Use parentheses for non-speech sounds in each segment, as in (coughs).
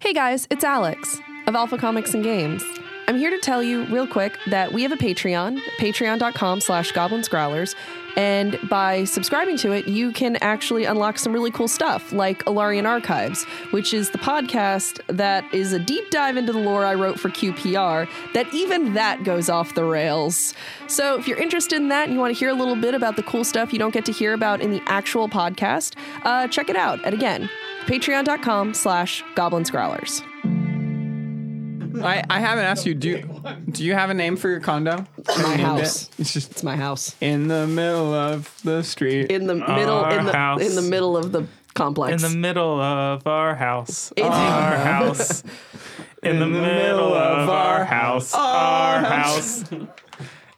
Hey guys, it's Alex of Alpha Comics and Games. I'm here to tell you real quick that we have a Patreon, patreon.com slash goblinsgrowlers, and by subscribing to it, you can actually unlock some really cool stuff, like Alarian Archives, which is the podcast that is a deep dive into the lore I wrote for QPR, that even that goes off the rails. So if you're interested in that and you want to hear a little bit about the cool stuff you don't get to hear about in the actual podcast, uh, check it out at, again, patreon.com slash goblinsgrowlers. I, I haven't asked you. Do you, (laughs) do you have a name for your condo? My Named house. It? It's just It's my house. in the middle of the street. In the middle Our in the house. in the middle of the In complex. the middle of our house. It's- our house. (laughs) In, the, middle of our house. (laughs) Our house.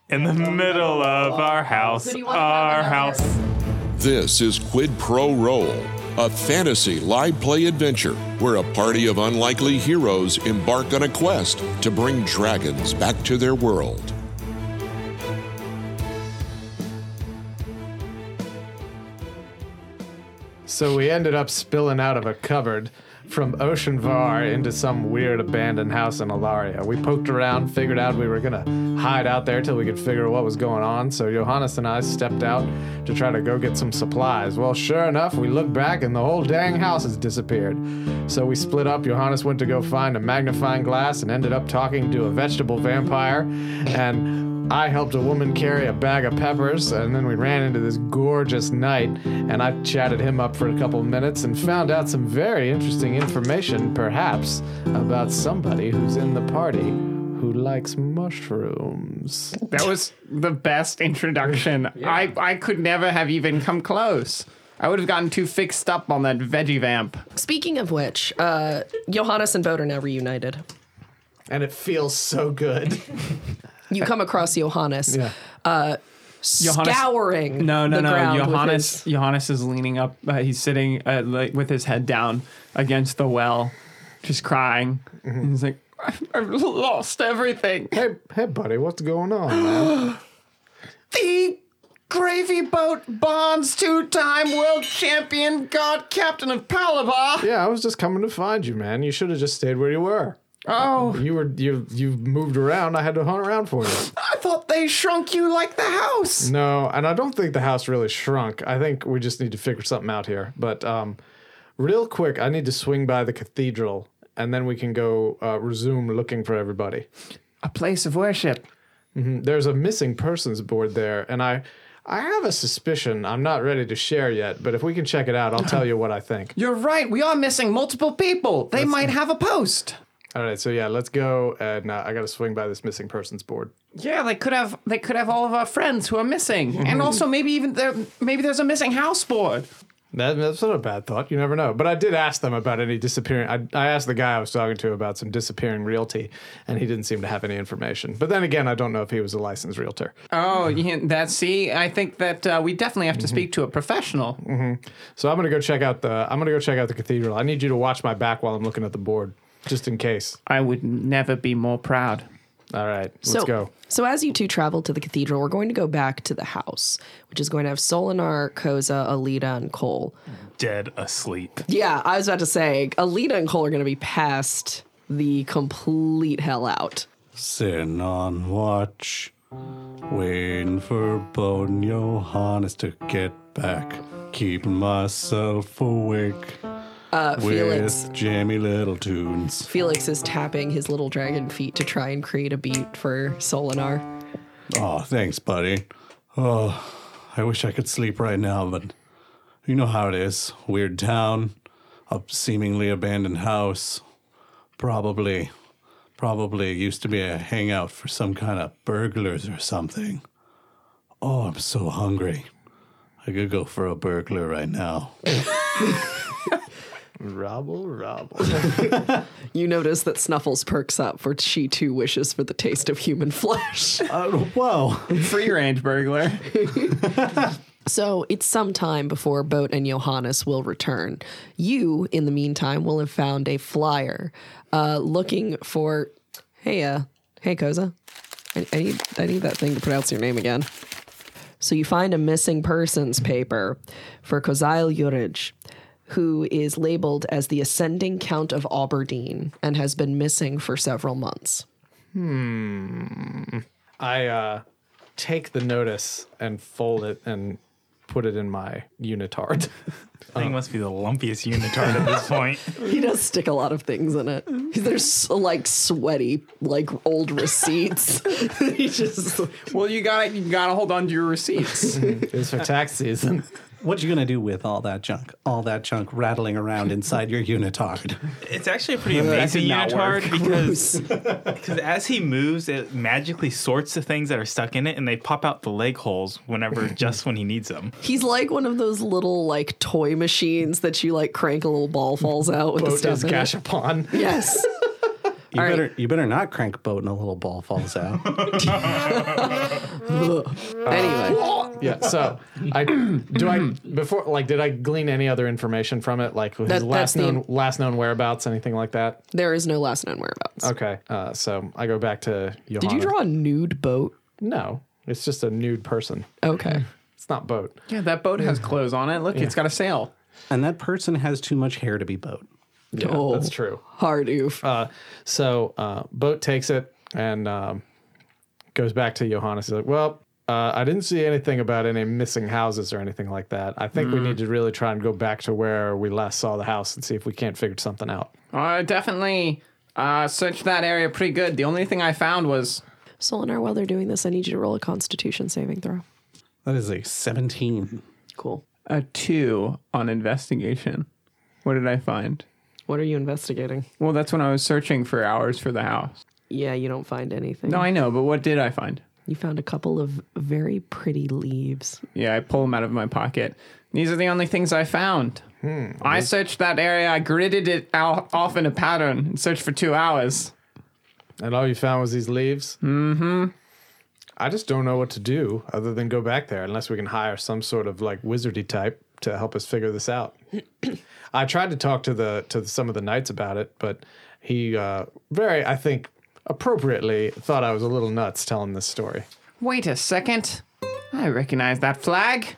In the middle of our house. do you want to have Our another- house. This is Quid Pro Roll, a fantasy live play adventure where a party of unlikely heroes embark on a quest to bring dragons back to their world. So we ended up spilling out of a cupboard from Ocean Var into some weird abandoned house in Alaria. We poked around, figured out we were gonna hide out there till we could figure what was going on. So Johannes and I stepped out to try to go get some supplies. Well, sure enough, we looked back and the whole dang house has disappeared. So we split up. Johannes went to go find a magnifying glass and ended up talking to a vegetable vampire and I helped a woman carry a bag of peppers, and then we ran into this gorgeous knight, and I chatted him up for a couple minutes and found out some very interesting information, perhaps, about somebody who's in the party who likes mushrooms. That was the best introduction. I, I could never have even come close. I would have gotten too fixed up on that veggie vamp. Speaking of which, uh, Johannes and Vode are now reunited. And it feels so good. You come across Johannes Yeah. Johannes- scouring. No, no, the no. ground with Johannes his- Johannes is leaning up. Uh, he's sitting uh, like with his head down against the well, just crying. And he's like, I've, I've lost everything. Hey, hey, buddy, what's going on, (gasps) man? The gravy boat bonds two-time world champion, god captain of Palabar. Yeah, I was just coming to find you, man. You should have just stayed where you were. Oh, You were you you moved around. I had to hunt around for you. I thought they shrunk you like the house. No, and I don't think the house really shrunk. I think we just need to figure something out here. But um, real quick, I need to swing by the cathedral, and then we can go uh, resume looking for everybody. A place of worship. There's a missing persons board there, and I, I have a suspicion. I'm not ready to share yet, but if we can check it out, I'll tell you what I think. You're right. We are missing multiple people. They might have a post. All right, so yeah, let's go, and uh, I got to swing by this missing persons board. Yeah, they could have. They could have all of our friends who are missing, (laughs) and also maybe even there. Maybe there's a missing house board. That, that's not a bad thought. You never know. But I did ask them about any disappearing. I, I asked the guy I was talking to about some disappearing realty, and he didn't seem to have any information. But then again, I don't know if he was a licensed realtor. Oh, yeah, that. See, I think that uh, we definitely have to speak to a professional. So I'm gonna go check out the. I'm gonna go check out the cathedral. I need you to watch my back while I'm looking at the board, just in case. I would never be more (laughs) proud. All right, let's so, go. So as you two travel to the cathedral, we're going to go back to the house, which is going to have Solinar, Koza, Alita, and Cole. Dead asleep. Yeah, I was about to say Alita and Cole are going to be past the complete hell out. Sitting on watch, waiting for Bone Johannes to get back. Keeping myself awake Uh, Felix, with jammy little tunes. Felix is tapping his little dragon feet to try and create a beat for Solinar. Oh, thanks, buddy. Oh, I wish I could sleep right now, but you know how it is. Weird town, a seemingly abandoned house. Probably, probably used to be a hangout for some kind of burglars or something. Oh, I'm so hungry. I could go for a burglar right (laughs) now. Robble, robble. You notice that Snuffles perks up, for she too wishes for the taste of human flesh. Uh, whoa. Free range burglar. So it's some time before Boat and Johannes will return. You, in the meantime, will have found a flyer uh, looking for. Hey, uh, hey, Koza. I, I need I need that thing to pronounce your name again. So you find a missing persons paper for Kozail Yurij. who is labeled as the ascending Count of Aberdeen and has been missing for several months. I uh, take the notice and fold it and put it in my (laughs) unitard. Thing must be the lumpiest unitard at this point. He does stick a lot of things in it. There's like sweaty, like old receipts. he just (laughs) Well, you gotta you gotta hold on to your receipts. it's for tax season. What you gonna do with all that junk? All that junk rattling around inside your (laughs) unitard. (laughs) It's actually a pretty amazing did not unitard because (laughs) because as he moves, it magically sorts the things that are stuck in it, and they pop out the leg holes whenever just when he needs them. He's like one of those little like toy machines that you like crank a little ball falls out with the Boat stuff. is in it. Gashapon. Yes. You right. better you better not crank boat and a little ball falls out. anyway, (laughs) Yeah. So I do I before like did I glean any other information from it like his That- that's last known the- last known whereabouts anything like that? there is no last known whereabouts. Okay. Uh, so I go back to Johanna. Did you draw a nude boat? No, it's just a nude person. Okay. It's not boat. yeah, that boat has clothes on it. Look, it's got a sail. and that person has too much hair to be boat. Mm-hmm. Yeah, Oh. that's true. Uh, Hard oof. So uh, boat takes it and um, goes back to Johannes. He's like, well. Uh, I didn't see anything about any missing houses or anything like that. I think Mm. we need to really try and go back to where we last saw the house and see if we can't figure something out. I definitely uh, searched that area pretty good. The only thing I found was Solinar, while they're doing this, I need you to roll a constitution saving throw. That is a seventeen. Cool. a two on investigation. What did I find? What are you investigating? Well, that's when I was searching for hours for the house. Yeah, you don't find anything. No, I know, but what did I find? You found a couple of very pretty leaves. Yeah, I pull them out of my pocket. These are the only things I found. I searched that area. I gridded it out off in a pattern and searched for two hours. And all you found was these leaves? Mm hmm. I just don't know what to do other than go back there unless we can hire some sort of like wizardy type to help us figure this out. (clears throat) I tried to talk to the to some of the knights about it, but he uh, very, I think, appropriately thought I was a little nuts telling this story. Wait a second. I recognize that flag.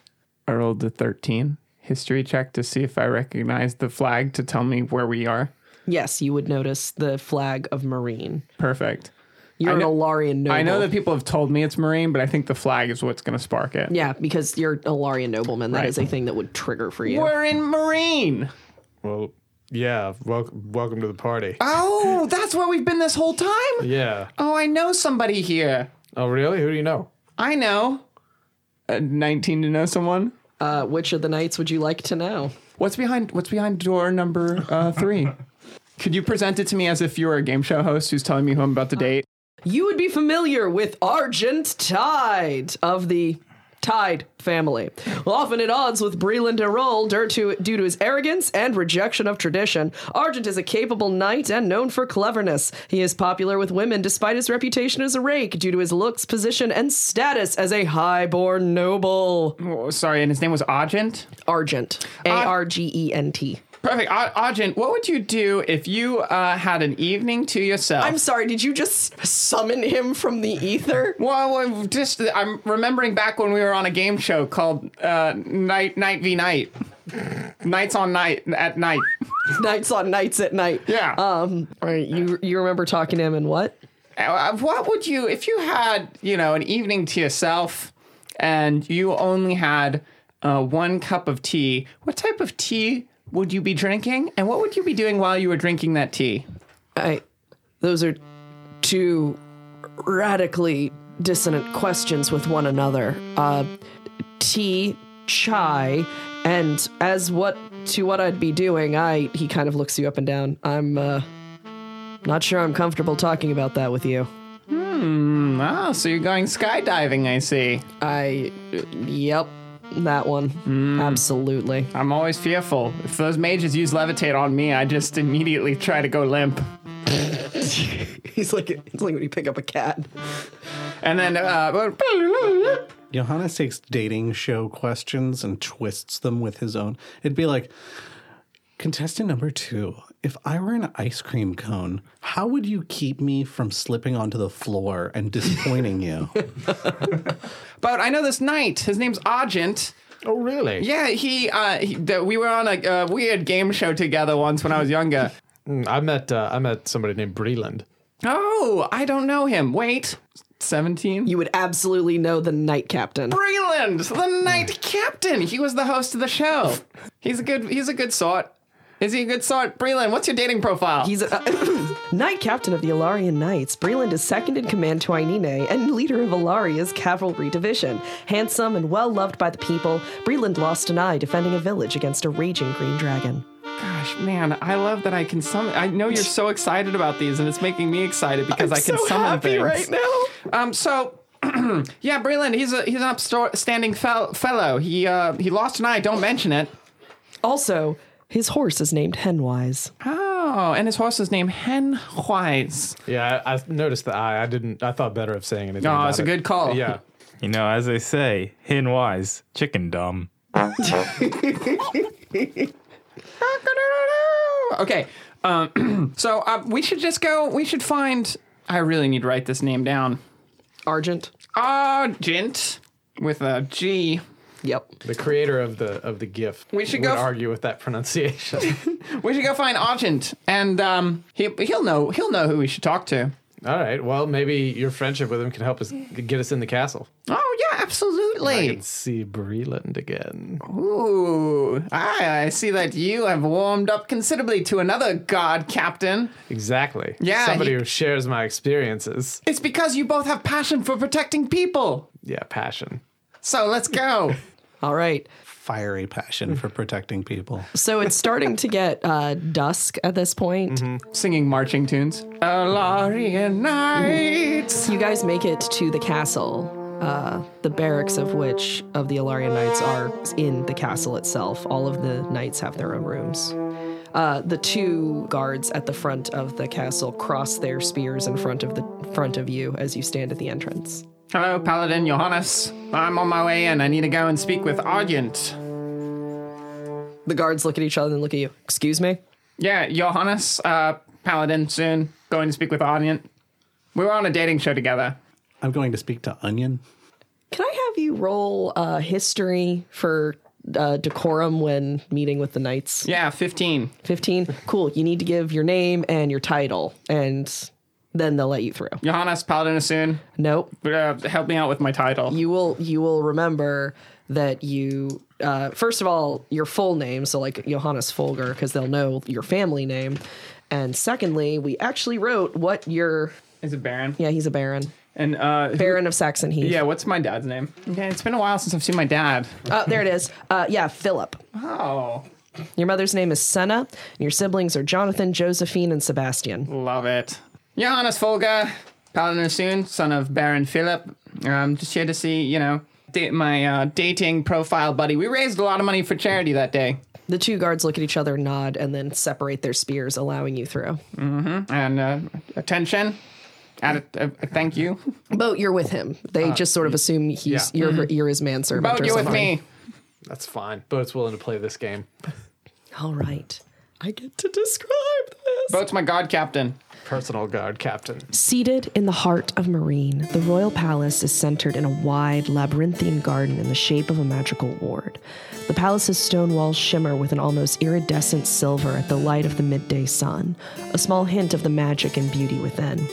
I rolled a 13 history check to see if I recognize the flag to tell me where we are. Yes, you would notice the flag of Marine. Perfect. You're know- an Alarian noble. I know that people have told me it's Marine, but I think the flag is what's going to spark it. Yeah, because you're an Alarian nobleman. That Right. is a thing that would trigger for you. We're in Marine. Well, yeah, wel- welcome to the party. Oh, that's where we've been this whole time? Yeah. Oh, I know somebody here. Oh, really? Who do you know? I know. Uh, 19 to know someone. Uh, which of the knights would you like to know? What's behind what's behind door number uh, 3? (laughs) Could you present it to me as if you were a game show host who's telling me who I'm about to date? You would be familiar with Argent Tide of the Tide family. Often at odds with Breland Erol due to, due to his arrogance and rejection of tradition, Argent is a capable knight and known for cleverness. He is popular with women despite his reputation as a rake due to his looks, position, and status as a highborn noble. Oh, sorry, and his name was Argent. Argent. A R G E N T. Perfect. Ar- Argent, what would you do if you uh, had an evening to yourself? I'm sorry, did you just summon him from the ether? well, well, just I'm remembering back when we were on a game show called uh, Night Night v Night, Nights on Night at Night. nights on nights at night. Yeah. Um, all right, you you remember talking to him and what? Uh, what would you if you had you know an evening to yourself and you only had uh, one cup of tea what type of tea would you be drinking and what would you be doing while you were drinking that tea I those are two radically dissonant questions with one another. Uh tea, chai, and as what to what I'd be doing, I he kind of looks you up and down. I'm uh not sure I'm comfortable talking about that with you. oh so you're going skydiving i see I yep, that one. Absolutely. i'm always fearful if those mages use levitate on me i just immediately try to go limp He's like it's like when you pick up a cat. and then uh, Johannes takes dating show questions and twists them with his own. It'd be like, contestant number two, if I were an ice cream cone, how would you keep me from slipping onto the floor and disappointing you? but i know this knight his name's argent Oh, really? Yeah, he. Uh, he the, we were on a, a weird game show together once when I was younger. I met uh, I met somebody named Breland. Oh, I don't know him. Wait, seventeen. You would absolutely know the night captain. Breland, the night captain. He was the host of the show. He's a good. He's a good sort. Is he a good sort, Breland? What's your dating profile? He's a, (coughs) night captain of the Alarian Knights. Breland is second in command to Ainine and leader of Alaria's cavalry division. Handsome and well loved by the people, Breland lost an eye defending a village against a raging green dragon. Gosh, man, I love that I can summon. I know you're so excited about these, and it's making me excited because i can so summon happy things. right now. Um, so. (clears throat) yeah, Breland, he's a he's an upstanding fel- fellow. He uh he lost an eye. Don't mention it. Also, his horse is named Henwise. Oh, and his horse is named Hen Huiz. Yeah, I, I noticed the eye. I didn't. I thought better of saying anything. Oh, about it's a it. good call. Yeah. You know, as they say, hen wise, chicken dumb. Okay. Um, (clears throat) so uh, we should just go. We should find. I really need to write this name down. Argent. Argent with a G. Yep. The creator of the of the GIF. We should would go f- argue with that pronunciation. (laughs) We should go find Argent, and um, he he'll know he'll know who we should talk to. All right. Well, maybe your friendship with him can help us get us in the castle. Oh yeah, I absolutely. can see Breland again. Ooh, I, I see that you have warmed up considerably to another god, Captain. Exactly. Yeah, Somebody he- who shares my experiences. It's because you both have passion for protecting people. Yeah, passion. So let's go. All right. Fiery passion for protecting people. So it's starting to get uh, dusk at this point. Singing marching tunes. Alarian Knights. You guys make it to the castle, uh, the barracks of which of the Alarian Knights are in the castle itself. All of the knights have their own rooms. Uh, the two guards at the front of the castle cross their spears in front of the front of you as you stand at the entrance. Hello, Paladin Johannes. I'm on my way in. I need to go and speak with Argent. The guards look at each other and look at you. Excuse me. Yeah, Johannes, uh, Paladin, soon. Going to speak with Argent. We were on a dating show together. I'm going to speak to Onion. Can I have you roll uh, history for uh, decorum when meeting with the knights? Yeah, 15. 15 cool you need to give your name and your title and then they'll let you through Johannes, Paladin, soon. nope Uh, help me out with my title. you will you will remember that you uh, first of all your full name so like johannes folger because they'll know your family name and secondly we actually wrote what your Is it Baron? yeah he's a baron And, uh, who- baron of saxon heath yeah, what's my dad's name? Yeah, it's been a while since I've seen my dad. oh there it is uh, yeah philip Oh, your mother's name is senna and your siblings are jonathan josephine and sebastian love it. Johannes Folger, Paladin soon, son of Baron Philip. Um, just here to see, you know, date my uh, dating profile buddy. We raised a lot of money for charity that day. the two guards look at each other nod and then separate their spears allowing you through And uh, attention. Add a, a, a thank you. Boat, you're with him. They Uh, just sort of assume he's yeah. you're, you're his manservant. Mm-hmm. Boat, or you with something. me. That's fine. Boat's willing to play this game. All right. I get to describe this. Boat's my god captain. Personal guard captain. Seated in the heart of Marine, the royal palace is centered in a wide, labyrinthine garden in the shape of a magical ward. The palace's stone walls shimmer with an almost iridescent silver at the light of the midday sun, a small hint of the magic and beauty within.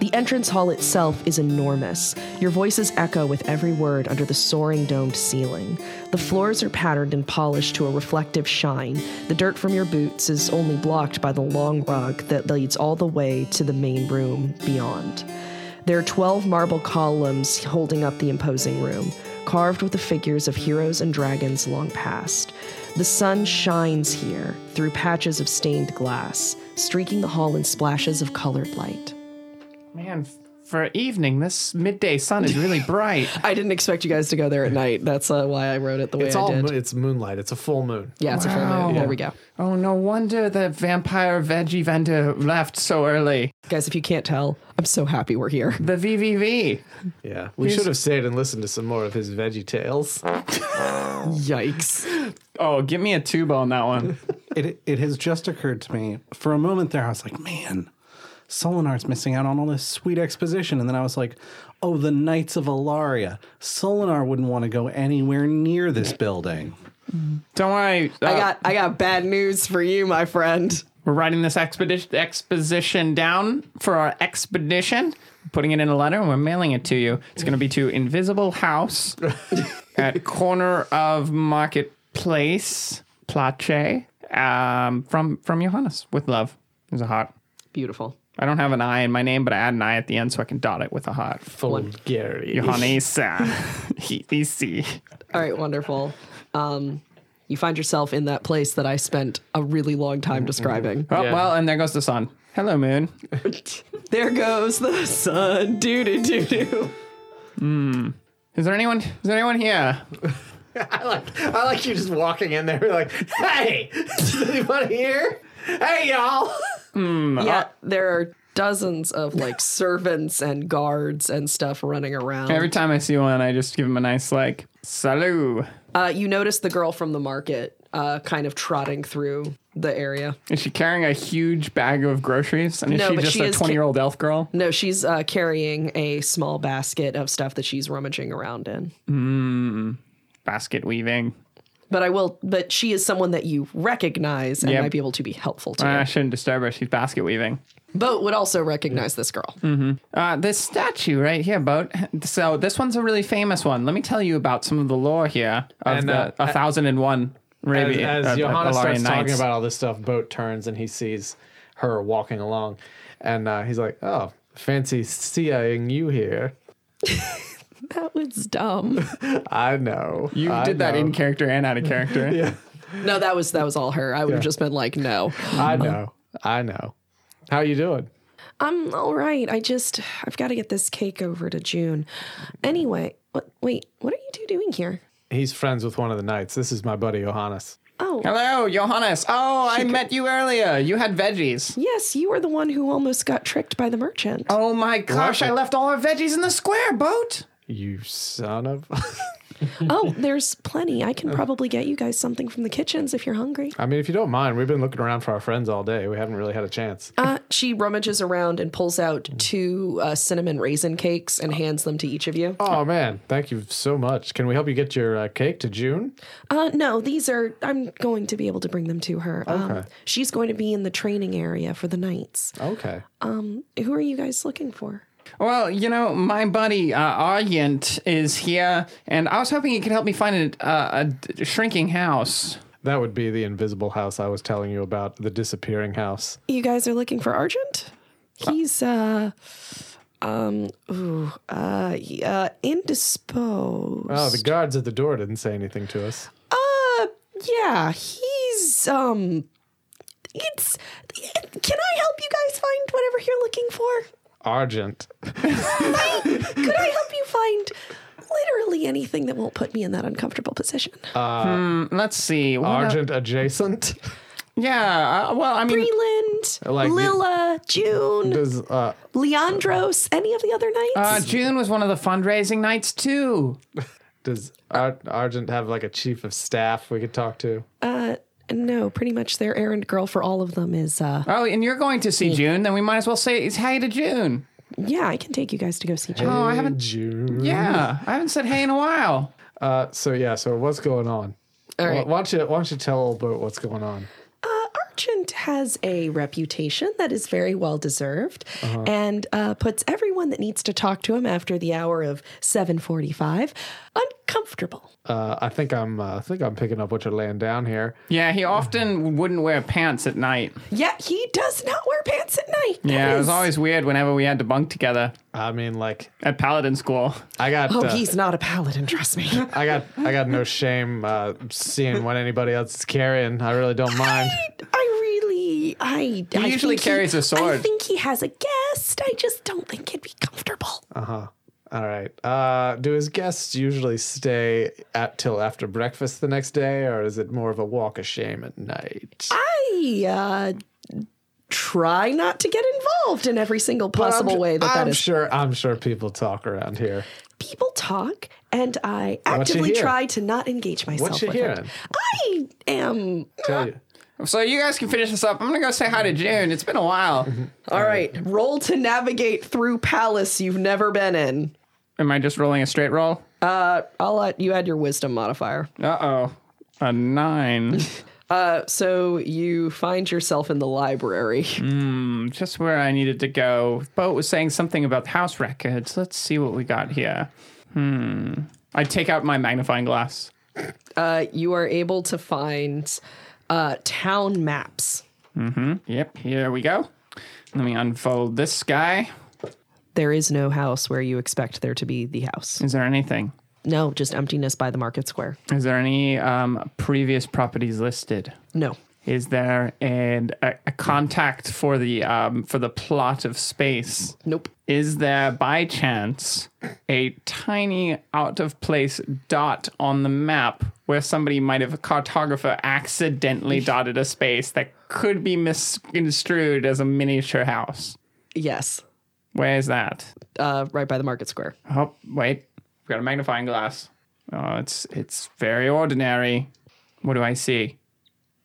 The entrance hall itself is enormous. Your voices echo with every word under the soaring domed ceiling. The floors are patterned and polished to a reflective shine. The dirt from your boots is only blocked by the long rug that leads all the way to the main room beyond. There are 12 marble columns holding up the imposing room, carved with the figures of heroes and dragons long past. The sun shines here through patches of stained glass, streaking the hall in splashes of colored light. Man, for evening, this midday sun is really bright. I didn't expect you guys to go there at night. That's uh, why I wrote it the way It's I all. did. mo- It's moonlight. It's a full moon. yeah, it's a full moon. There we go. Oh, no wonder the vampire veggie vendor left so early. Guys, if you can't tell, I'm so happy we're here. The VVV. Yeah. We should have stayed and listened to some more of his Veggie Tales. Yikes. Oh, give me a (laughs) tuba on that one. It it has just occurred to me for a moment there. I was like, man, Solinar's missing out on all this sweet exposition. And then I was like, oh, the Knights of Alaria. Solinar wouldn't want to go anywhere near this building. Don't worry. Uh, I got I got bad news for you, my friend. we're writing this expedition exposition down for our expedition. Putting it in a letter and we're mailing it to you. It's going to be to Invisible (laughs) House at corner of Marketplace Place um, from from Johannes with love. There's a heart. Beautiful. I don't have an I in my name, but I add an I at the end so I can dot it with a heart. Gary. Johannes. uh, (laughs) he- he see. All right, wonderful. Um, you find yourself in that place that I spent a really long Mm-hmm. time describing. Oh, Yeah. well, and there goes the sun. Hello, moon. There goes the sun. Doo doo doo doo. Is there anyone? Is there anyone here? Oh. I like I like you just walking in there (laughs) like, hey, is anybody here? Hey y'all. Yeah, there are dozens of (laughs) like servants and guards and stuff running around. Every time I see one, I just give him a nice like salut. Uh, you notice the girl from the market uh, kind of trotting through the area. Is she carrying a huge bag of groceries? And is No, she but just she a is ca- twenty-year-old elf girl? No, she's uh, carrying a small basket of stuff that she's rummaging around in. Basket weaving. But I will. But she is someone that you recognize and Yeah. might be able to be helpful to. Uh, I shouldn't disturb her. She's basket weaving. Boat would also recognize this girl. Uh, this statue right here, boat. (laughs) So this one's a really famous one. Let me tell you about some of the lore here of And, the uh, a thousand and one. As, Arabi- as uh, Johanna Alarian starts talking knights. about all this stuff, Boat turns and he sees her walking along, and uh, he's like, "Oh, fancy seeing you here." That was dumb. I know you I did that know. in character and out of character. (laughs) no, that was that was all her. I would have just been like, no. I know. I know. How you doing? I'm all right. I just, I've got to get this cake over to June. Anyway, what, wait, what are you two doing here? He's friends with one of the knights. This is my buddy Johannes. Oh, Hello, Johannes. Oh, I met you earlier. You had veggies. Yes, you were the one who almost got tricked by the merchant. Oh my gosh, I left all our veggies in the square boat. You son of. (laughs) Oh, there's plenty. I can probably get you guys something from the kitchens if you're hungry. I mean, if you don't mind, we've been looking around for our friends all day. We haven't really had a chance. Uh, she rummages around and pulls out two uh, cinnamon raisin cakes and hands them to each of you. Oh man, thank you so much. Can we help you get your uh, cake to June? Uh, no, these are, I'm going to be able to bring them to her. Um, Okay. she's going to be in the training area for the nights. Okay. Who are you guys looking for? Well, you know, my buddy uh, Aryant is here, and I was hoping he could help me find a, uh, a d- shrinking house. That would be the invisible house I was telling you about, the disappearing house. You guys are looking for Argent? He's uh um ooh, uh, he, uh indisposed. Oh, the guards at the door didn't say anything to us. Uh yeah, he's um it's can I help you guys find whatever you're looking for? Argent. Oh, Could I help you find literally anything that won't put me in that uncomfortable position? Uh, Mm, Let's see. What el- Argent adjacent? (laughs) yeah. Uh, well, I mean, Breland, like the- Lilla, June, Does, uh, Leandros, any of the other uh, knights? June was one of the fundraising nights too. does Ar- Argent have like a chief of staff we could talk to? Uh, no, pretty much their errand girl for all of them is uh Oh, and you're going to see June, then we might as well say it's hey to June. Yeah, I can take you guys to go see Jim. Oh, I haven't. June. Yeah, I haven't said hey in a while. Uh, so yeah, so what's going on? All right. Why, why don't you why don't you tell old boat what's going on? Merchant Uh, has a reputation that is very well deserved, and uh, puts everyone that needs to talk to him after the hour of seven forty-five uncomfortable. Uh, I think I'm uh, I think I'm picking up what you're laying down here. Yeah, he often wouldn't wear pants at night. Yeah, he does not wear pants at night. That Yeah, it was is- always weird whenever we had to bunk together I mean, like at Paladin School. I got Oh, uh, he's not a paladin. Trust me. I got I got no shame uh, seeing what anybody else is carrying. I really don't mind. I really, I. He usually carries a I sword. think he has a guest. I just don't think it'd be comfortable. All right. Uh, do his guests usually stay at till after breakfast the next day, or is it more of a walk of shame at night? I uh, try not to get involved in every single possible I'm, way that I'm that is sure. I'm sure people talk around here. people talk and I What you actively hear? try to not engage myself What you with it. hearing? I am Tell you. So you guys can finish this up. I'm gonna go say hi to June. It's been a while. All right, roll to navigate through palace you've never been in. Am I just rolling a straight roll? I'll let you add your wisdom modifier. Uh oh. A nine. (laughs) So you find yourself in the library. just where I needed to go. Boat was saying something about house records. Let's see what we got here. Hmm. I take out my magnifying glass. Uh, you are able to find uh, town maps. Yep, here we go. Let me unfold this guy. There is no house where you expect there to be the house. Is there anything? No, just emptiness by the market square. Is there any um, previous properties listed? No. Is there an, a, a contact for the um, for the plot of space? Nope. Is there by chance a tiny out of place dot on the map where somebody might have a cartographer accidentally dotted a space that could be misconstrued as a miniature house? Yes. Where is that? Uh, right by the market square. Oh wait, I've got a magnifying glass. Oh, it's it's very ordinary. What do I see?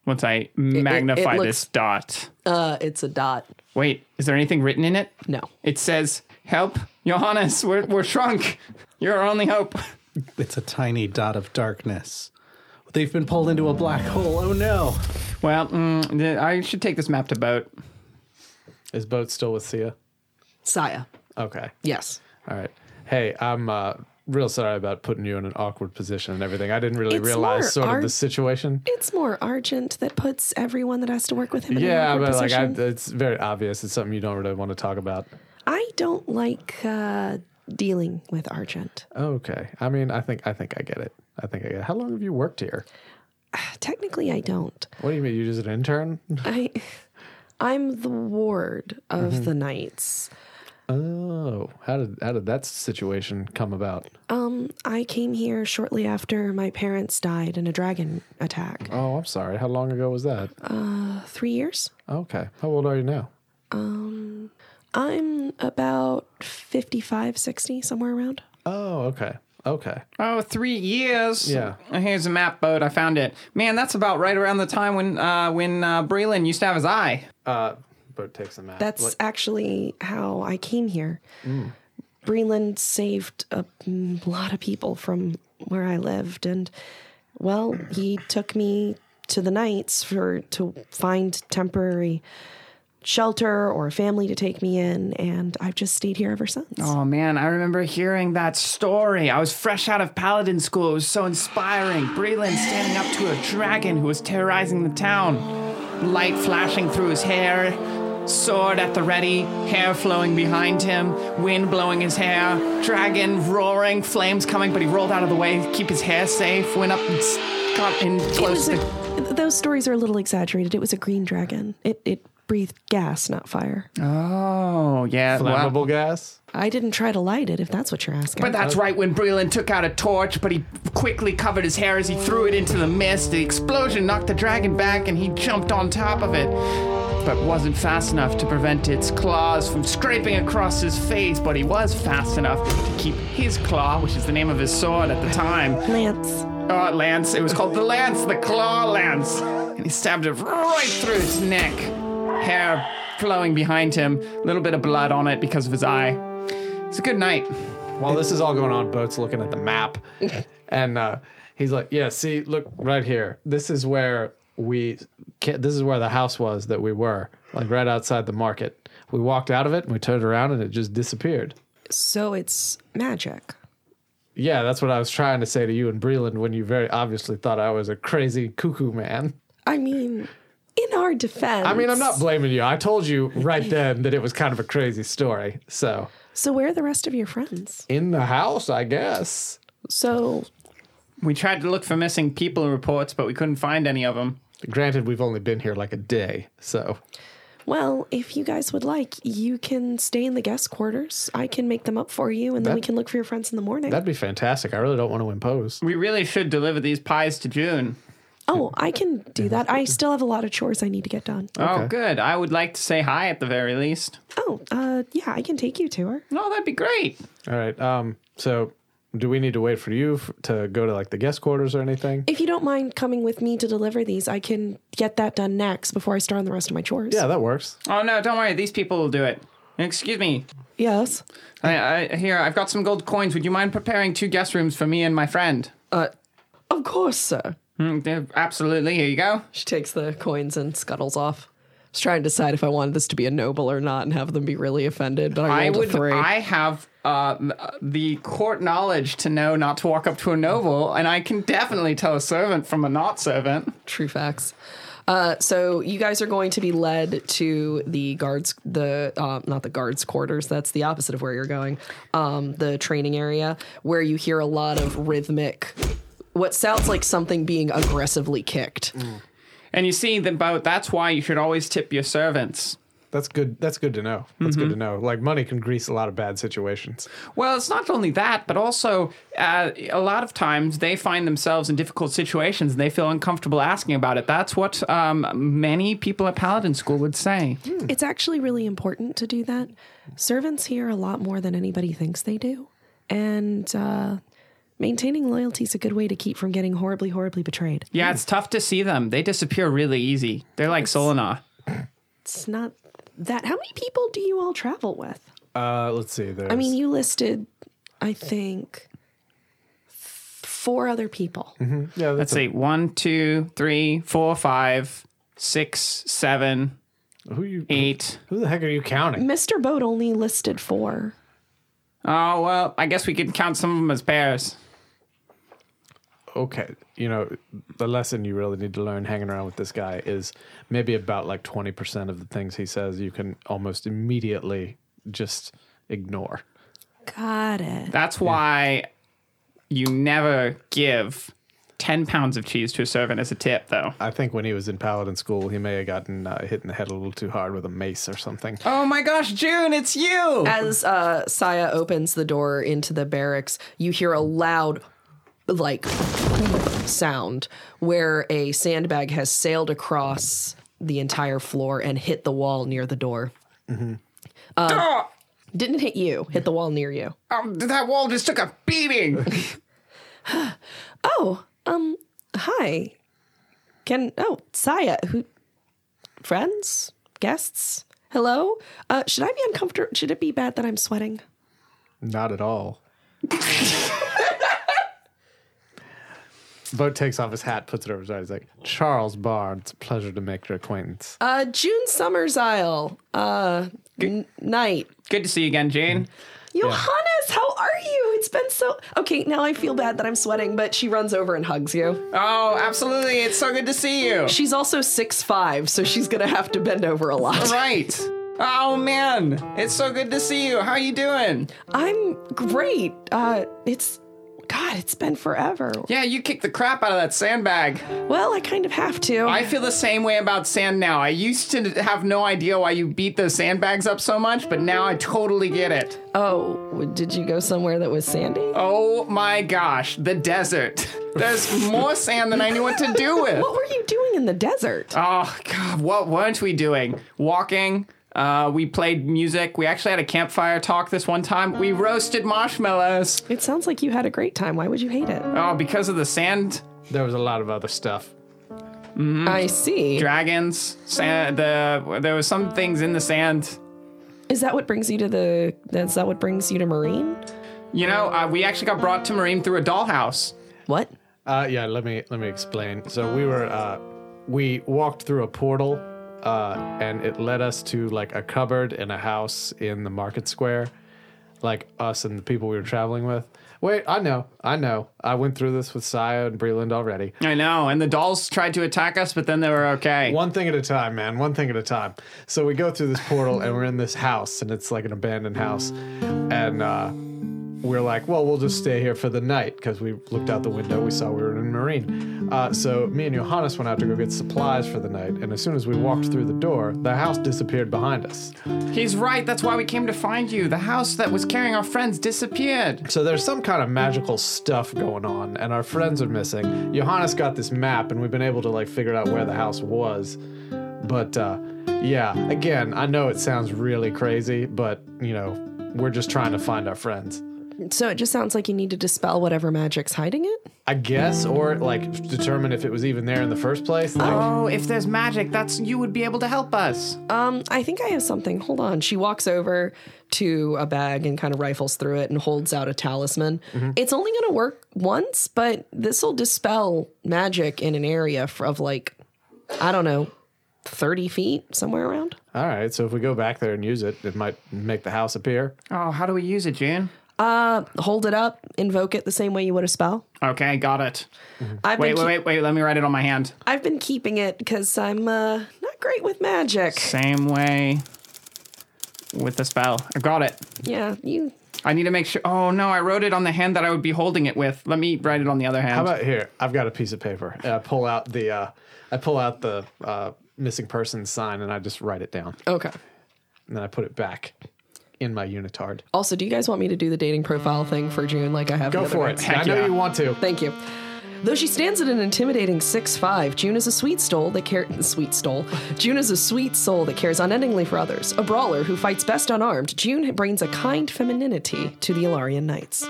Once I magnify it this dot. Uh, it's a dot. Wait, is there anything written in it? No. It says, "Help, Johannes, we're we're shrunk. You're our only hope." It's a tiny dot of darkness. They've been pulled into a black hole. Oh no. Well, mm, th- I should take this map to boat. Is boat still with Sia? Saya. Okay. Yes. All right. Hey, I'm uh, real sorry about putting you in an awkward position and everything. I didn't really It's realize more sort our- of the situation. It's more Argent that puts everyone that has to work with him in Yeah, an awkward but like I, position. it's very obvious. It's something you don't really want to talk about. I don't like uh, dealing with Argent. Okay. I mean, I think I think I get it. I think I get it. How long have you worked here? Technically, I don't. What do you mean? You just an intern? (laughs) I, I'm the ward of the knights. Oh, how did how did that situation come about? I came here shortly after my parents died in a dragon attack. Oh, I'm sorry. How long ago was that? Three years? Okay. How old are you now? I'm about 55, 60, somewhere around. Oh, okay. Okay. Oh, three years. Yeah. Oh, Here's a map boat. I found it. Man, that's about right around the time when uh, when uh, Breland used to have his eye. Uh, Boat takes a map. That's actually how I came here. Mm. Breland saved a mm, lot of people from where I lived, and well, he took me to the Knights for to find temporary shelter or a family to take me in, and I've just stayed here ever since. Oh man, I remember hearing that story. I was fresh out of paladin school. It was so inspiring. Breland standing up to a dragon who was terrorizing the town. Light flashing through his hair, sword at the ready, hair flowing behind him, wind blowing his hair, dragon roaring, flames coming, but he rolled out of the way, to keep his hair safe, went up and s- got in It close was to a- those stories are a little exaggerated. It was a green dragon. It it breathed gas, not fire. Oh yeah. well- flammable gas. I didn't try to light it, if that's what you're asking. But that's right when Breland took out a torch, but he quickly covered his hair as he threw it into the mist. The explosion knocked the dragon back and he jumped on top of it, but wasn't fast enough to prevent its claws from scraping across his face. But he was fast enough to keep his claw, which is the name of his sword at the time. Lance, Oh, Lance. It was called the Lance, the Claw Lance. And he stabbed it right through its neck, hair flowing behind him, a little bit of blood on it because of his eye. It's a good night. While this is all going on, Boat's looking at the (laughs) map, and uh, he's like, "Yeah, see, look right here. This is where we. Ca- this is where the house was that we were, like right outside the market. We walked out of it, and we turned around, and it just disappeared. so it's magic. Yeah, that's what I was trying to say to you and Breland when you very obviously thought I was a crazy cuckoo man. I mean, in our defense. I mean, I'm not blaming you. I told you right then that it was kind of a crazy story. So So where are the rest of your friends? in the house, I guess. So We tried to look for missing people reports, but we couldn't find any of them. Granted, we've only been here like a day, so well, if you guys would like, you can stay in the guest quarters. I can make them up for you, and then we That- can look for your friends in the morning. that'd be fantastic. I really don't want to impose. We really should deliver these pies to June. oh, I can do that. I still have a lot of chores I need to get done. Oh, good. I would like to say hi at the very least. Oh, uh, yeah, I can take you to her. No, that'd be great. All right. Um. So do we need to wait for you f- to go to like the guest quarters or anything? If you don't mind coming with me to deliver these, I can get that done next before I start on the rest of my chores. Yeah, that works. Oh no, don't worry. These people will do it. Excuse me. Yes. I, I, here, I've got some gold coins. Would you mind preparing two guest rooms for me and my friend? Of course, sir. Mm, yeah, Absolutely. Here you go. She takes the coins and scuttles off. I was trying to decide if I wanted this to be a noble or not and have them be really offended, but I I rolled a would. three. I have uh, the court knowledge to know not to walk up to a noble, and I can definitely tell a servant from a not servant. True facts. Uh, so you guys are going to be led to the guards, the uh, not the guards' quarters. That's the opposite of where you're going. Um, the training area where you hear a lot of rhythmic, what sounds like something being aggressively kicked. And you see, the boat. That's why you should always tip your servants. That's good. That's good to know. That's good to know. Like money can grease a lot of bad situations. Well, it's not only that, but also uh, a lot of times they find themselves in difficult situations and they feel uncomfortable asking about it. That's what um, many people at Paladin School would say. It's actually really important to do that. Servants hear a lot more than anybody thinks they do, and uh, maintaining loyalty is a good way to keep from getting horribly, horribly betrayed. Yeah, it's tough to see them. They disappear really easy. They're like Solana. It's not that. How many people do you all travel with? Uh, let's see. There's, I mean, you listed, I think, four other people. Mm-hmm. yeah, that's Let's see. One, two, three, four, five, six, seven, who you. eight. Who the heck are you counting? Mr. Boat only listed four. Oh, well, I guess we could count some of them as pairs. Okay, you know the lesson you really need to learn hanging around with this guy is maybe about like twenty percent of the things he says you can almost immediately just ignore. Got it. That's why you never give 10 pounds of cheese to a servant as a tip, though. I think when he was in paladin school, he may have gotten uh, hit in the head a little too hard with a mace or something. Oh my gosh, June, it's you! As uh, Saya opens the door into the barracks, you hear a loud, like, sound where a sandbag has sailed across the entire floor and hit the wall near the door. Um, Oh, Didn't hit you, hit the wall near you. um, that wall just took a beating. Oh, um, hi. Can oh Saya, who friends, guests? Hello. Uh, should I be uncomfortable? Should it be bad that I'm sweating? Not at all. Boat takes off his hat, puts it over his eyes. He's like, Charles Bard, it's a pleasure to make your acquaintance. Uh, June Summers Isle. Uh, n- night. Good to see you again, Jane. Johannes, how are you? It's been so. Okay, now I feel bad that I'm sweating, but she runs over and hugs you. Oh, absolutely. It's so good to see you. She's also six five, so she's gonna have to bend over a lot. Right. Oh man, it's so good to see you. How you doing? I'm great. Uh, it's God, it's been forever. Yeah, you kicked the crap out of that sandbag. Well, I kind of have to. I feel the same way about sand now. I used to have no idea why you beat those sandbags up so much, but now I totally get it. Oh, w- did you go somewhere that was sandy? Oh my gosh, the desert. There's more sand than I knew what to do with. What were you doing in the desert? Oh God, what weren't we doing? Walking. Uh, we played music. We actually had a campfire talk this one time. We roasted marshmallows. It sounds like you had a great time. Why would you hate it? Oh, because of the sand There was a lot of other stuff. I see. dragons. Sand. The there was some things in the sand. Is that what brings you to the? Is that what brings you to marine? You know, uh, we actually got brought to Marine through a dollhouse. What? Uh, yeah, let me let me explain. So we were uh, we walked through a portal, uh, and it led us to like a cupboard in a house in the market square, like us and the people we were traveling with. Wait, I know, I know. I went through this with Saya and Breland already. I know, and the dolls tried to attack us, but then they were okay. One thing at a time, man. One thing at a time. So we go through this portal and we're in this house, and it's like an abandoned house. And uh, we're like, well, we'll just stay here for the night because we looked out the window. We saw we were in Marine. Uh, so me and Johannes went out to go get supplies for the night. And as soon as we walked through the door, the house disappeared behind us. He's right. That's why we came to find you. The house that was carrying our friends disappeared. So there's some kind of magical stuff going on, and our friends are missing. Johannes got this map, and we've been able to like figure out where the house was. But uh, yeah, again, I know it sounds really crazy, but you know, we're just trying to find our friends. So it just sounds like you need to dispel whatever magic's hiding it. I guess, or like determine if it was even there in the first place. Like, Oh, if there's magic, that's you would be able to help us. Um, I think I have something. Hold on. She walks over to a bag and kind of rifles through it and holds out a talisman. Mm-hmm. It's only going to work once, but this will dispel magic in an area f- of like, I don't know, 30 feet, somewhere around. all right, so if we go back there and use it, it might make the house appear. Oh, how do we use it, June? Hold it up, invoke it the same way you would a spell. Okay, got it. I've Wait, been keep- wait, wait, wait. Let me write it on my hand. I've been keeping it because I'm uh, not great with magic. Same way with the spell. I got it. Yeah, you. I need to make sure. Oh no, I wrote it on the hand that I would be holding it with. Let me write it on the other hand. How about here? I've got a piece of paper. And I pull out the, uh, I pull out the uh, missing person sign, and I just write it down, Okay. and then I put it back in my unitard. Also, do you guys want me to do the dating profile thing for June like I have? Go the other for night? it. Heck I know yeah. you want to. Thank you. Though she stands at an intimidating 6'5", June is a sweet soul that cares sweet soul. June is a sweet soul that cares unendingly for others. A brawler who fights best unarmed, June brings a kind femininity to the Ilarian Knights.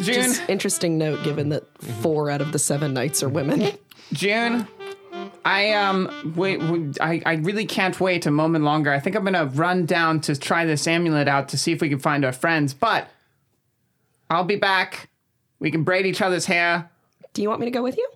June? Just interesting note given that Mm-hmm. four out of the seven knights are women. June, I um, wait, wait, I, I really can't wait a moment longer. I think I'm gonna run down to try this amulet out to see if we can find our friends. But I'll be back. We can braid each other's hair. do you want me to go with you?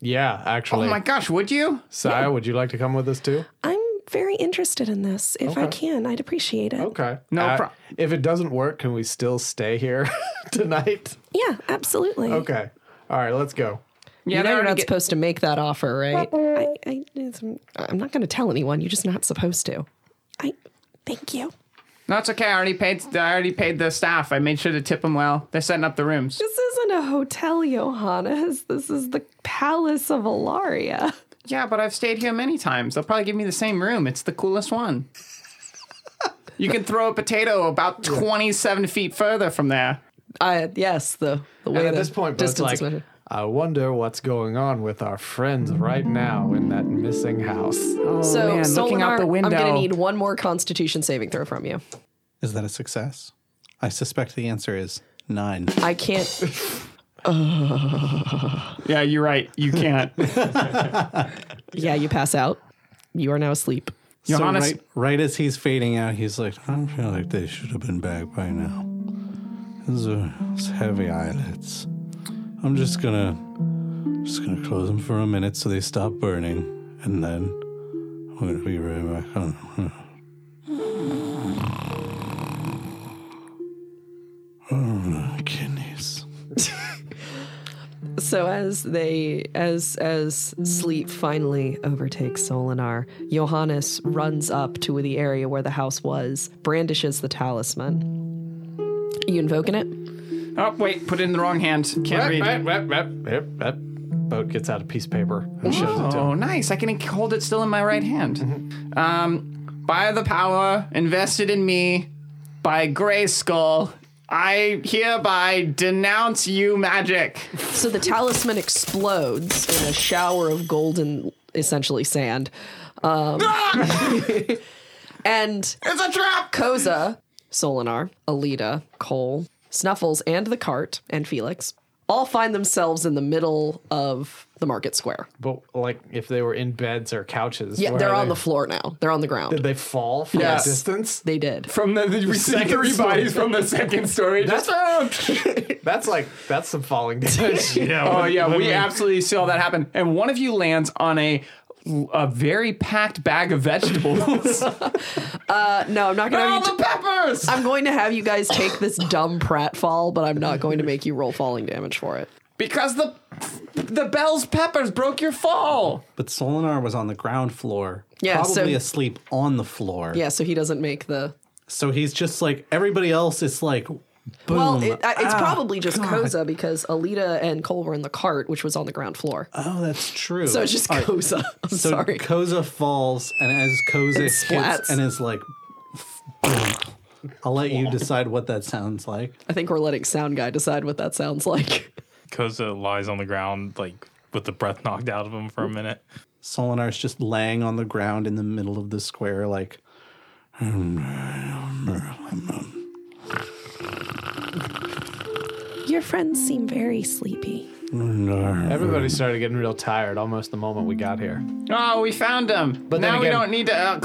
Yeah, actually. Oh my gosh, would you? Saya, would you like to come with us too? I'm very interested in this. If I can, I'd appreciate it. Okay. Uh, No pro- If it doesn't work, can we still stay here (laughs) tonight? Yeah, absolutely. Okay. All right, let's go. Yeah, you know they you're already not get- supposed to make that offer, right? I, I, it's- I'm not going to tell anyone. You're just not supposed to. I thank you. No, it's okay. I already paid. I already paid the staff. I made sure to tip them well. They're setting up the rooms. This isn't a hotel, Johannes. This is the Palace of Alaria. Yeah, but I've stayed here many times. They'll probably give me the same room. It's the coolest one. you can throw a potato about 27 feet further from there. I yes, the the way And at the this point, but it's distance is like, measured. I wonder what's going on with our friends right now in that missing house. so man, looking out Solinar, the I'm going window. to need one more Constitution saving throw from you. Is that a success? I suspect the answer is nine. I can't. (laughs) Yeah, you're right. You can't. (laughs) yeah, you pass out. You are now asleep. Johannes, So right, right as he's fading out, he's like, I feel like they should have been back by now. Those are those heavy eyelids. I'm just gonna just gonna close them for a minute so they stop burning, and then I'm gonna be right back on. (sighs) Oh, kidneys. So as they as as sleep finally overtakes Solinar, Johannes runs up to the area where the house was, brandishes the talisman. You invoking it? oh wait, put it in the wrong hand. Can't read. Rep, rep, rep, rep, rep. Boat gets out a piece of paper and shows it to him. Oh, nice. I can hold it still in my right hand. Um, by the power invested in me by Grayskull, I hereby denounce you magic. So the talisman explodes in a shower of golden, essentially sand. Um, (laughs) and It's a trap. Koza, Solinar, Alita, Cole, Snuffles, and the cart, and Felix all find themselves in the middle of the market square. But like, if they were in beds or couches, Yeah, where they're are on they? the floor now. They're on the ground. Did they fall from Yes. a distance? They did. From the, we see second three story. bodies from the second story. Just (laughs) That's like that's some falling damage. Yeah. Oh what- yeah, what do we you mean? absolutely saw that happen. And one of you lands on a a very packed bag of (laughs) vegetables. Uh, No, I'm not gonna. All Have you the peppers. I'm going to have you guys take this dumb pratfall, but I'm not going to make you roll falling damage for it. Because the the Bell's peppers broke your fall. But Solinar was on the ground floor, Yeah, so- probably asleep on the floor. Yeah, so he doesn't make the. So he's just like everybody else. It's like, boom. Ah, Well, it, I- it's probably just Koza because Alita and Cole were in the cart, which was on the ground floor. Oh, that's true. so it's just All right, Koza. (laughs) I'm So sorry. Koza falls, and as Koza splats. hits and is like, boom. I'll let you decide what that sounds like. I think we're letting Sound Guy decide what that sounds like. (laughs) Koza lies on the ground, like with the breath (laughs) knocked out of him for a minute. Solinar's just laying on the ground in the middle of the square, like, Your friends seem very sleepy. Everybody started getting real tired almost the moment we got here. Oh, we found him. But then now we again- don't need to. Uh,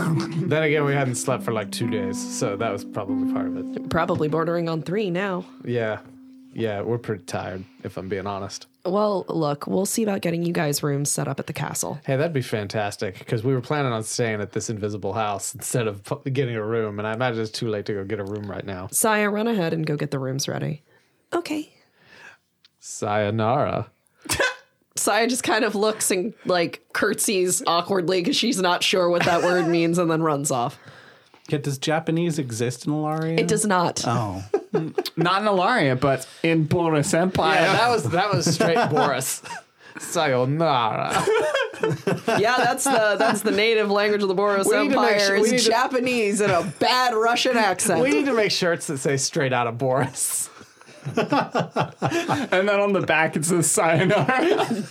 Then again, we hadn't slept for like two days, so that was probably part of it. Probably bordering on three now. Yeah. Yeah, we're pretty tired, if I'm being honest. Well, look, we'll see about getting you guys rooms set up at the castle. Hey, that'd be fantastic because we were planning on staying at this invisible house (laughs) instead of pu- getting a room, and I imagine it's too late to go get a room right now. Saya, run ahead and go get the rooms ready. Okay. Sayonara. Saya just kind of looks and like curtsies awkwardly because she's not sure what that word (laughs) means and then runs off. Yeah, does Japanese exist in Alaria? It does not. Oh, not in Alaria, but in Bonus Empire. Yeah, that was that was (laughs) straight Boris. Sayonara. Yeah, that's the that's the native language of the Boros We need to make Empire sure- we need is to- Japanese in a bad Russian accent. We need to make shirts that say straight out of (laughs) Boris. and then on the back, it says Sayonara.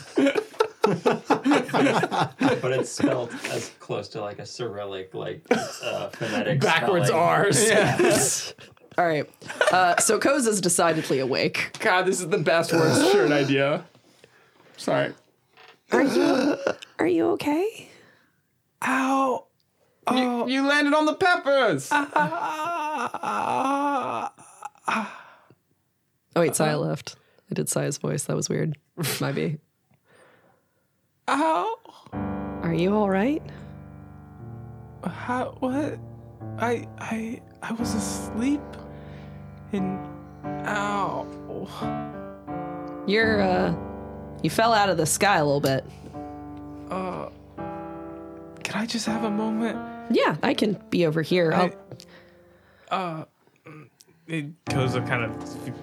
but it's spelled as close to like a Cyrillic, like uh, (laughs) phonetic Backwards spelling. R's. All right. Uh, so Koza's decidedly awake. God, this is the best worst shirt idea. Sorry. Are you okay? You, you landed on the peppers. Oh wait, Saya left. I did Saya's voice. That was weird. Might be. How? Are you all right? How? What? I I I was asleep. And ow. You're uh you fell out of the sky a little bit. Can I just have a moment? Yeah, I can be over here. I'll, It Koza kind of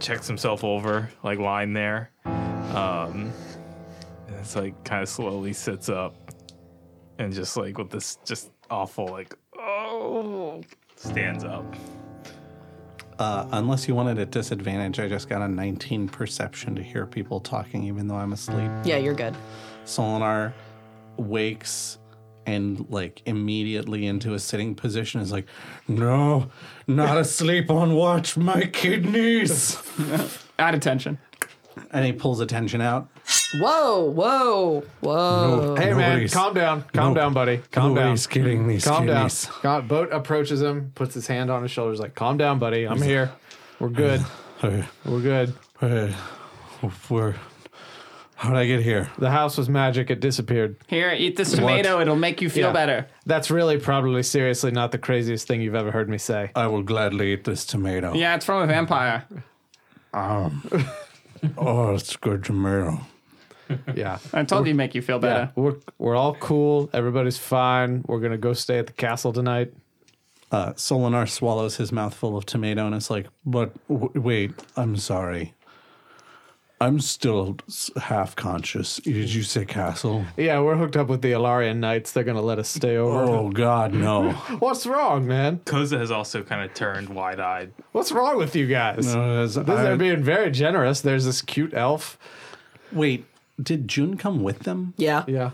checks himself over, like lying there. Um, and it's like kind of slowly sits up, and just like with this just awful like oh stands up. uh, unless you wanted a disadvantage, I just got a 19 perception to hear people talking, even though I'm asleep. yeah, you're good. Solinar wakes and like immediately into a sitting position is like, no, not asleep on watch, my kidneys. Out of tension. And he pulls attention out. Whoa, whoa, whoa. Hey man, Oh. Nobody's- calm down. Calm Nope. down, buddy. Calm down. Nobody's getting these Calm down. kidneys. God, Boat approaches him, puts his hand on his shoulders, like, calm down, buddy. I'm here. We're good. Hey, We're good. hey, where? How did I get here? The house was magic. It disappeared. Here, eat this tomato. It'll make you feel Yeah. better. That's really probably seriously not the craziest thing you've ever heard me say. I will gladly eat this tomato. Yeah, it's from a vampire. Oh, it's good tomato. (laughs) Yeah. I told you it'd make you feel better. We're, we're all cool. Everybody's fine. We're going to go stay at the castle tonight. Uh, Solinar swallows his mouthful of tomato and it's like, but w- wait, I'm sorry. I'm still s- half conscious. Did you say castle? Yeah, we're hooked up with the Alarian Knights. They're going to let us stay over. Oh, God, (laughs) no. What's wrong, man? Koza has also kind of turned wide eyed. What's wrong with you guys? No, it's- This- they're I- being very generous. There's this cute elf. wait, did June come with them? yeah. Yeah.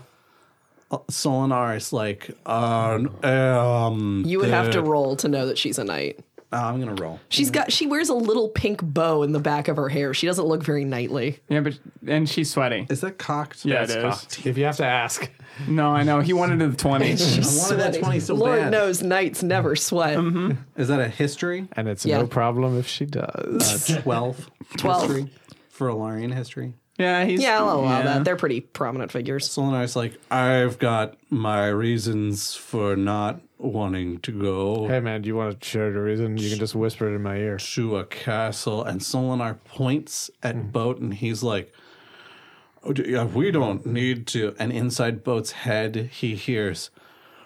Solinar is like, uh, um, You would have to roll to know that she's a knight. I'm going to roll. She's got she wears a little pink bow in the back of her hair. She doesn't look very knightly. Yeah, but and she's sweaty. Is that cocked? Yeah, it That's is. cocked. If you have to ask. No, I know. He wanted it in the twenties. I wanted that 20 so Lord bad. knows knights never sweat. Mm-hmm. Is that a history? And it's Yeah. no problem if she does. (laughs) Uh, 12. 12. History for Alarian history. yeah, he's Yeah, I'll allow that. They're pretty prominent figures. Solinar's like, I've got my reasons for not wanting to go Hey man, do you want to share your reason? You can just whisper it in my ear. to a castle. And Solinar points at Boat and he's like, "Oh, d- yeah, We don't need to. And inside Boat's head, he hears,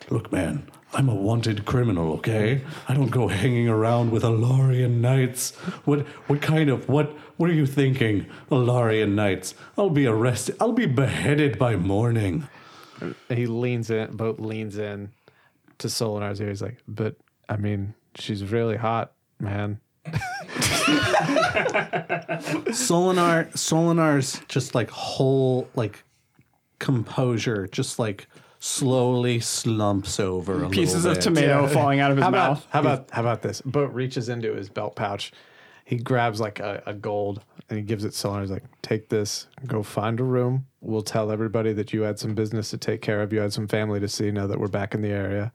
Look, man, I'm a wanted criminal, okay? I don't go hanging around with Alarian knights. What what kind of what what are you thinking, Alarian knights? I'll be arrested. I'll be beheaded by morning. He leans in, boat leans in to Solinar's ear. He's like, but I mean, she's really hot, man. Solinar Solinar's just like whole like composure just like slowly slumps over a pieces little of bit. tomato Yeah. falling out of his How mouth. about how about how about this? Boat reaches into his belt pouch. He grabs like a, a gold and he gives it Solar. He's like, "Take this. Go find a room. We'll tell everybody that you had some business to take care of. You had some family to see. Now that we're back in the area,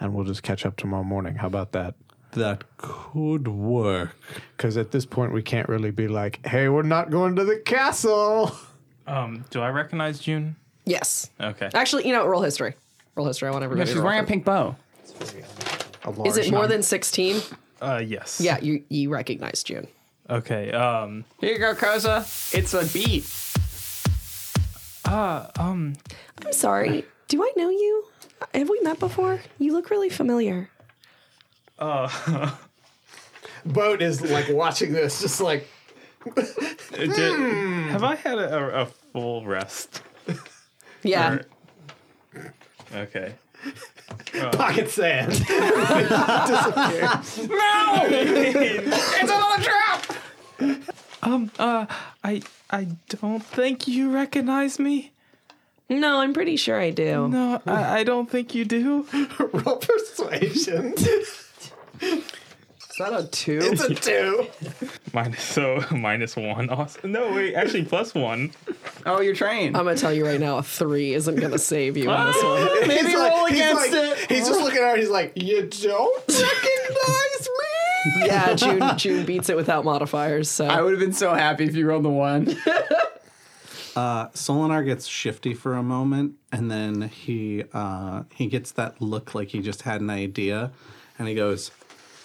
and we'll just catch up tomorrow morning. How about that?" That could work. Because at this point, we can't really be like, "Hey, we're not going to the castle." Um, do I recognize June? Yes. Okay. Actually, you know, roll history. Roll history. I want everybody. she's to roll wearing a for- pink bow. A Is large it more number. than sixteen? Uh, yes. Yeah, you you recognize June. Okay. Um. Here you go, Koza. It's a beat. I'm sorry. Do I know you? Have we met before? You look really familiar. Boat is like watching this, just like did- Hmm. have I had a, a full rest? Yeah. Or- Okay. pocket sand. (laughs) It's another trap. Um. Uh. I. I don't think you recognize me. No, I'm pretty sure I do. No. I, I don't think you do. (laughs) Roll persuasion. Is that a two? It's a two. Minus so (laughs) minus one. Also, no wait. Actually, plus one. oh, you're trained. I'm gonna tell you right now, a three isn't gonna save you on this one. (laughs) Maybe He's roll like- he's against like- it. He's just looking at her. He's like, you don't recognize me. Yeah, June June beats it without modifiers. So I would have been so happy if you rolled the (laughs) one. Solinar gets shifty for a moment, and then he uh, he gets that look like he just had an idea, and he goes,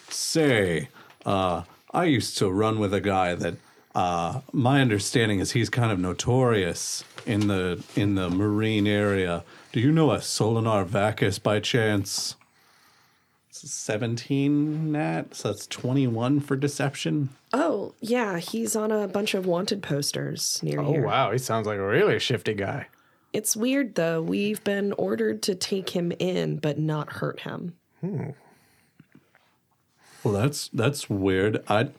"Say, uh, I used to run with a guy that uh, my understanding is he's kind of notorious in the in the marine area. Do you know a Solinar Vacus by chance?" It's a Seventeen nat, so that's twenty-one for deception. Oh, yeah, he's on a bunch of wanted posters near Oh here. wow, he sounds like a really shifty guy. It's weird though. We've been ordered to take him in but not hurt him. Well, that's that's weird. I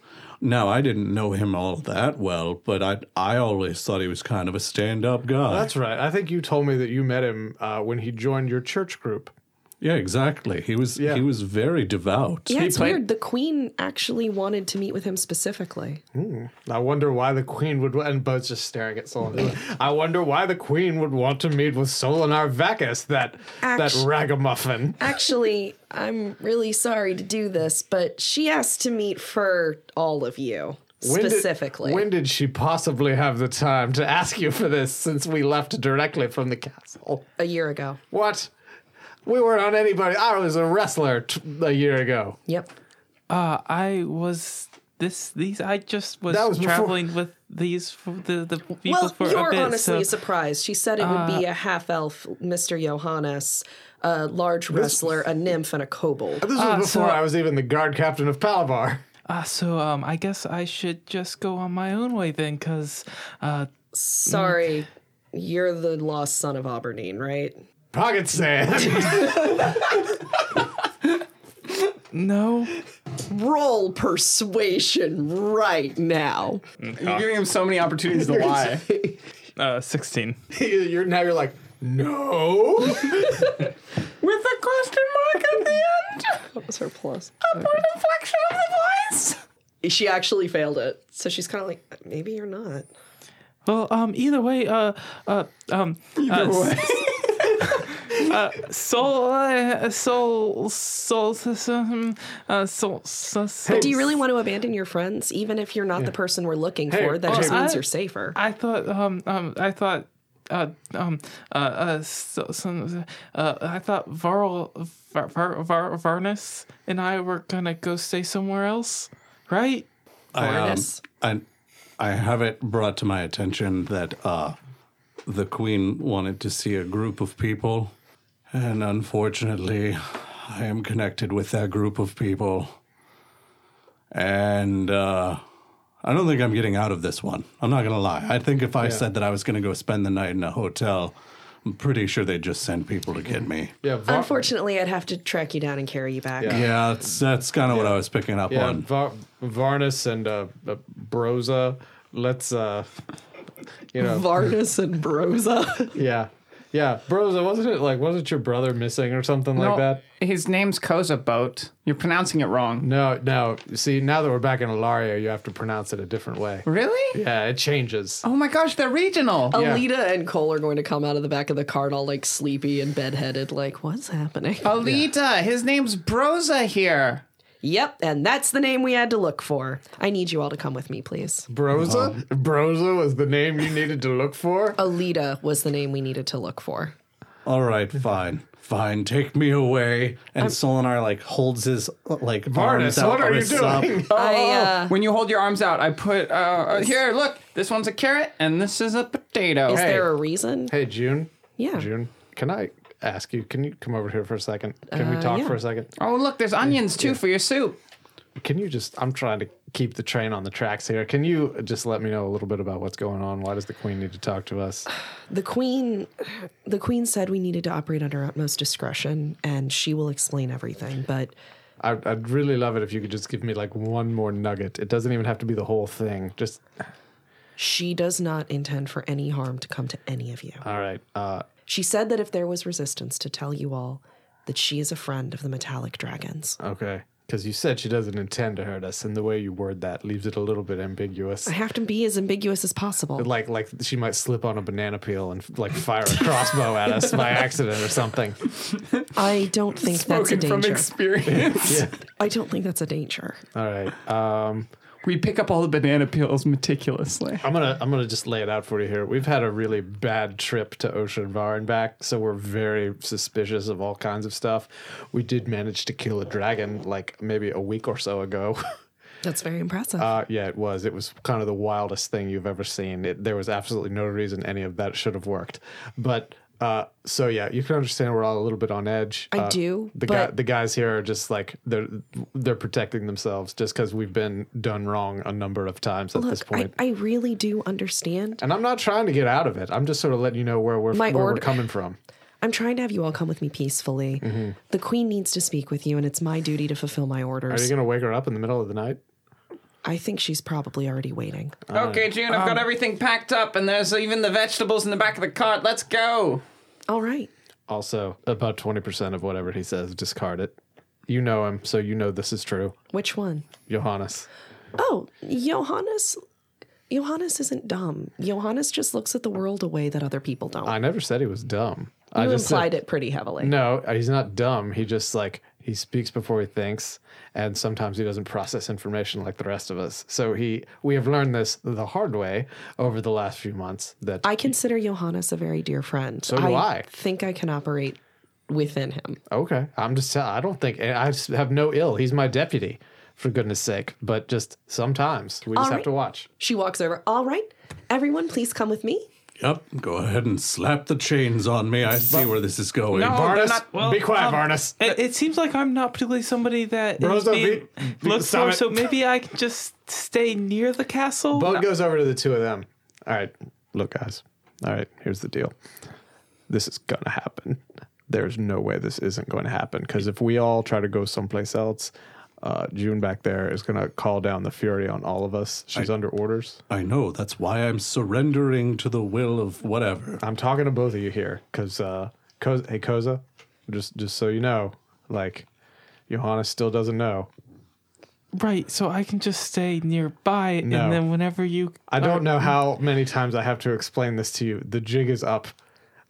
now I didn't know him all that well, but I I always thought he was kind of a stand-up guy. That's right. I think you told me that you met him uh, when he joined your church group. yeah, exactly. He was Yeah. he was very devout. Yeah, it's weird. The queen actually wanted to meet with (laughs) him specifically. I wonder why the queen would. And Boat's just staring at Solinar. I wonder why the queen would want to meet with Solinar Vacus, that that Actu- ragamuffin. Actually, I'm really sorry to do this, but she asked to meet for all of you When did- specifically. when did she possibly have the time to ask you for this? Since we left directly from the castle. a year ago. What? We weren't on anybody. I was a wrestler t- a year ago. Yep. Uh, I was this these I just was, That was before- traveling with these f- the the people Well, for you're a bit. honestly so Uh, surprised. She said it would be a half elf, Mr. Johannes, a large wrestler, a nymph, and a Mm. kobold. This was Ah, before so- I was even the guard captain of Palabar. uh, so um I guess I should just go on my own way then cuz uh Sorry, you're the lost son of Aberdeen, right? (laughs) Pocket sand. (laughs) no roll persuasion right now. You're giving him so many opportunities to lie. uh 16. you're now you're like, no. With a question mark at the end. What was her plus? An inflection of the voice. She actually failed it. So she's kind of like, maybe you're not. Well, um either way, uh uh um either way. (laughs) uh, soul, uh, soul, soul, soul, uh, soul, soul, soul. Do you really want to abandon your friends, even if you're not the person we're looking Hey, oh, for? That hey, just means I- you're safer. I thought um um I thought uh um uh uh so, some uh I thought Varl Var, Var, Var, Varnus and I were gonna go stay somewhere else, right? I, um, Awareness. I I have it brought to my attention that uh, the queen wanted to see a group of people, and unfortunately, I am connected with that group of people, and. Uh, I don't think I'm getting out of this one. I'm not going to lie. I think if I said that I was going to go spend the night in a hotel, I'm pretty sure they'd just send people to get me. yeah, Var- Unfortunately, I'd have to track you down and carry you back. Yeah. Yeah, that's, that's kind of what I was picking up yeah, on. Var- Varnus and uh, uh, Broza. Let's, uh, you know, Varnus and Broza. yeah. Yeah, Broza, wasn't it like wasn't your brother missing or something like that? His name's Koza Boat. You're pronouncing it wrong. No, no. See, now that we're back in Alaria, you have to pronounce it a different way. Really? Yeah, it changes. Oh my gosh, they're regional. (laughs) Yeah. Alita and Cole are going to come out of the back of the cart all like sleepy and bedheaded, like, what's happening? Oh. Alita, his name's Broza here. Yep, and that's the name we had to look for. I need you all to come with me, please. Broza? Broza was the name you needed to (laughs) look for? Uh, Alita was the name we needed to look for. All right, fine, fine. Take me away. And Solinar like holds his like arms Varnus, out. what are you wrists up. doing? (laughs) Oh. I, uh, When you hold your arms out, I put uh, uh, here. Look, this one's a carrot, and this is a potato. is there a reason? Hey, June. Yeah. June, can I ask you, can you come over here for a second? Can we talk Uh, yeah. for a second? Oh, look, there's onions too for your soup. Can you just, I'm trying to keep the train on the tracks here. Can you just let me know a little bit about what's going on? Why does the queen need to talk to us? The queen, the queen said we needed to operate under utmost discretion, and she will explain everything. But I, I'd really love it if you could just give me like one more nugget. It doesn't even have to be the whole thing. Just, she does not intend for any harm to come to any of you. all right. Uh, She said that if there was resistance, to tell you all that she is a friend of the metallic dragons. Okay. Because you said she doesn't intend to hurt us, and the way you word that leaves it a little bit ambiguous. (laughs) I have to be as ambiguous as possible. Like, like she might slip on a banana peel and like fire a crossbow at us (laughs) by accident or something. I don't think that's a Spoken from danger. experience. I don't think that's a danger. All right, um, (laughs) We pick up all the banana peels meticulously. I'm gonna I'm gonna just lay it out for you here. We've had a really bad trip to Ocean Var and back, so we're very suspicious of all kinds of stuff. We did manage to kill a dragon like maybe a week or so ago. (laughs) That's very impressive. Uh, yeah, it was. It was kind of the wildest thing you've ever seen. It, there was absolutely no reason any of that should have worked. But uh, so yeah, you can understand we're all a little bit on edge. I do, The guy, but- the guys here are just like they're they're protecting themselves just because we've been done wrong a number of times at this Look, I, point. I really do understand. and I'm not trying to get out of it. I'm just sort of letting you know where we're My where we're order- coming from. I'm trying to have you all come with me peacefully. Mm-hmm. The queen needs to speak with you, and it's my duty to fulfill my Are you orders. gonna wake her up in the middle of the night? I think she's probably already waiting. Uh, Okay, June, um, I've got everything packed up, and there's even the vegetables in the back of the cart. Let's go. All right. Also, about twenty percent of whatever he says, discard it. You know him, so you know this is true, Which one? Johannes. Oh, Johannes. Johannes isn't dumb. Johannes just looks at the world a way that other people don't. I never said he was dumb. I You just said- implied it pretty heavily. No, uh, he's not dumb. He just like he speaks before he thinks, and sometimes he doesn't process information like the rest of us. So he, we have learned this the hard way over the last few months. That I consider Johannes a very dear friend. So do I. think I can operate within him. okay, I'm just. I don't think I just have no ill. He's my deputy, for goodness sake. But just sometimes we just have right. to watch. She walks over. All right, everyone, please come with me. Yep. Go ahead and slap the chains on me. I see where this is going. No. Varnus, not- well, be quiet, um, Varnus. It, it seems like I'm not particularly somebody that is Rosa, being be- be- looked for, stop it. so maybe I can just stay near the castle. Boat goes over to the two of them. All right, look, guys. All right, here's the deal. This is gonna happen. There's no way this isn't going to happen because if we all try to go someplace else, uh, June back there is gonna call down the fury on all of us. She's under orders. I know. That's why I'm surrendering to the will of whatever. I'm talking to both of you here because, uh, Ko- hey, Koza, just just so you know, like, Johannes still doesn't know. Right, so I can just stay nearby, No. and then whenever you, I don't know how many times I have to explain this to you. The jig is up.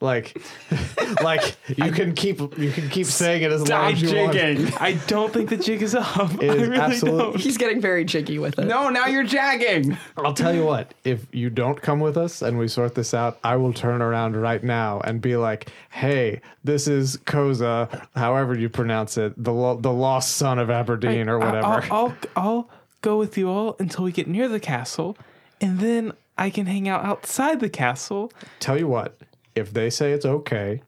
Like, (laughs) like you can keep you can keep saying it as Stop long as you want. (laughs) It jigging. I don't think the jig is up. (laughs) I is really absolute- don't. He's getting very jiggy with it. (laughs) No, now you're jagging. I'll tell you what. If you don't come with us and we sort this out, I will turn around right now and be like, "Hey, this is Koza, however you pronounce it, the lo- the lost son of Aberdeen or whatever." I'll, uh, I'll I'll go with you all until we get near the castle, and then I can hang out outside the castle. tell you what. If they say it's okay,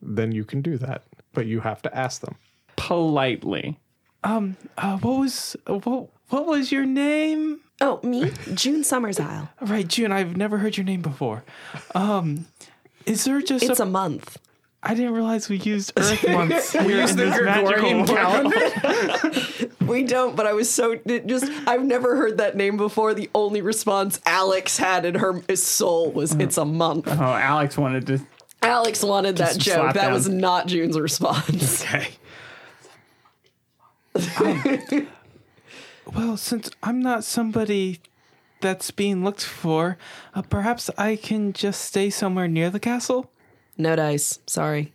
then you can do that, but you have to ask them. Politely. Uh, what was uh, what what was your name? Oh, me, June Summers Isle. Right, June. I've never heard your name before. Um, is there just It's a? a month. I didn't realize (laughs) we used Earth once. we used the Gregorian calendar. We don't, but I was so it just I've never heard that name before. The Mm. only response Alex had in her soul was it's a month. Oh, Alex wanted to Alex wanted that some joke. slap That down. was not June's response. Okay. Um, well, since I'm not somebody that's being looked for, uh, perhaps I can just stay somewhere near the castle. No dice. Sorry.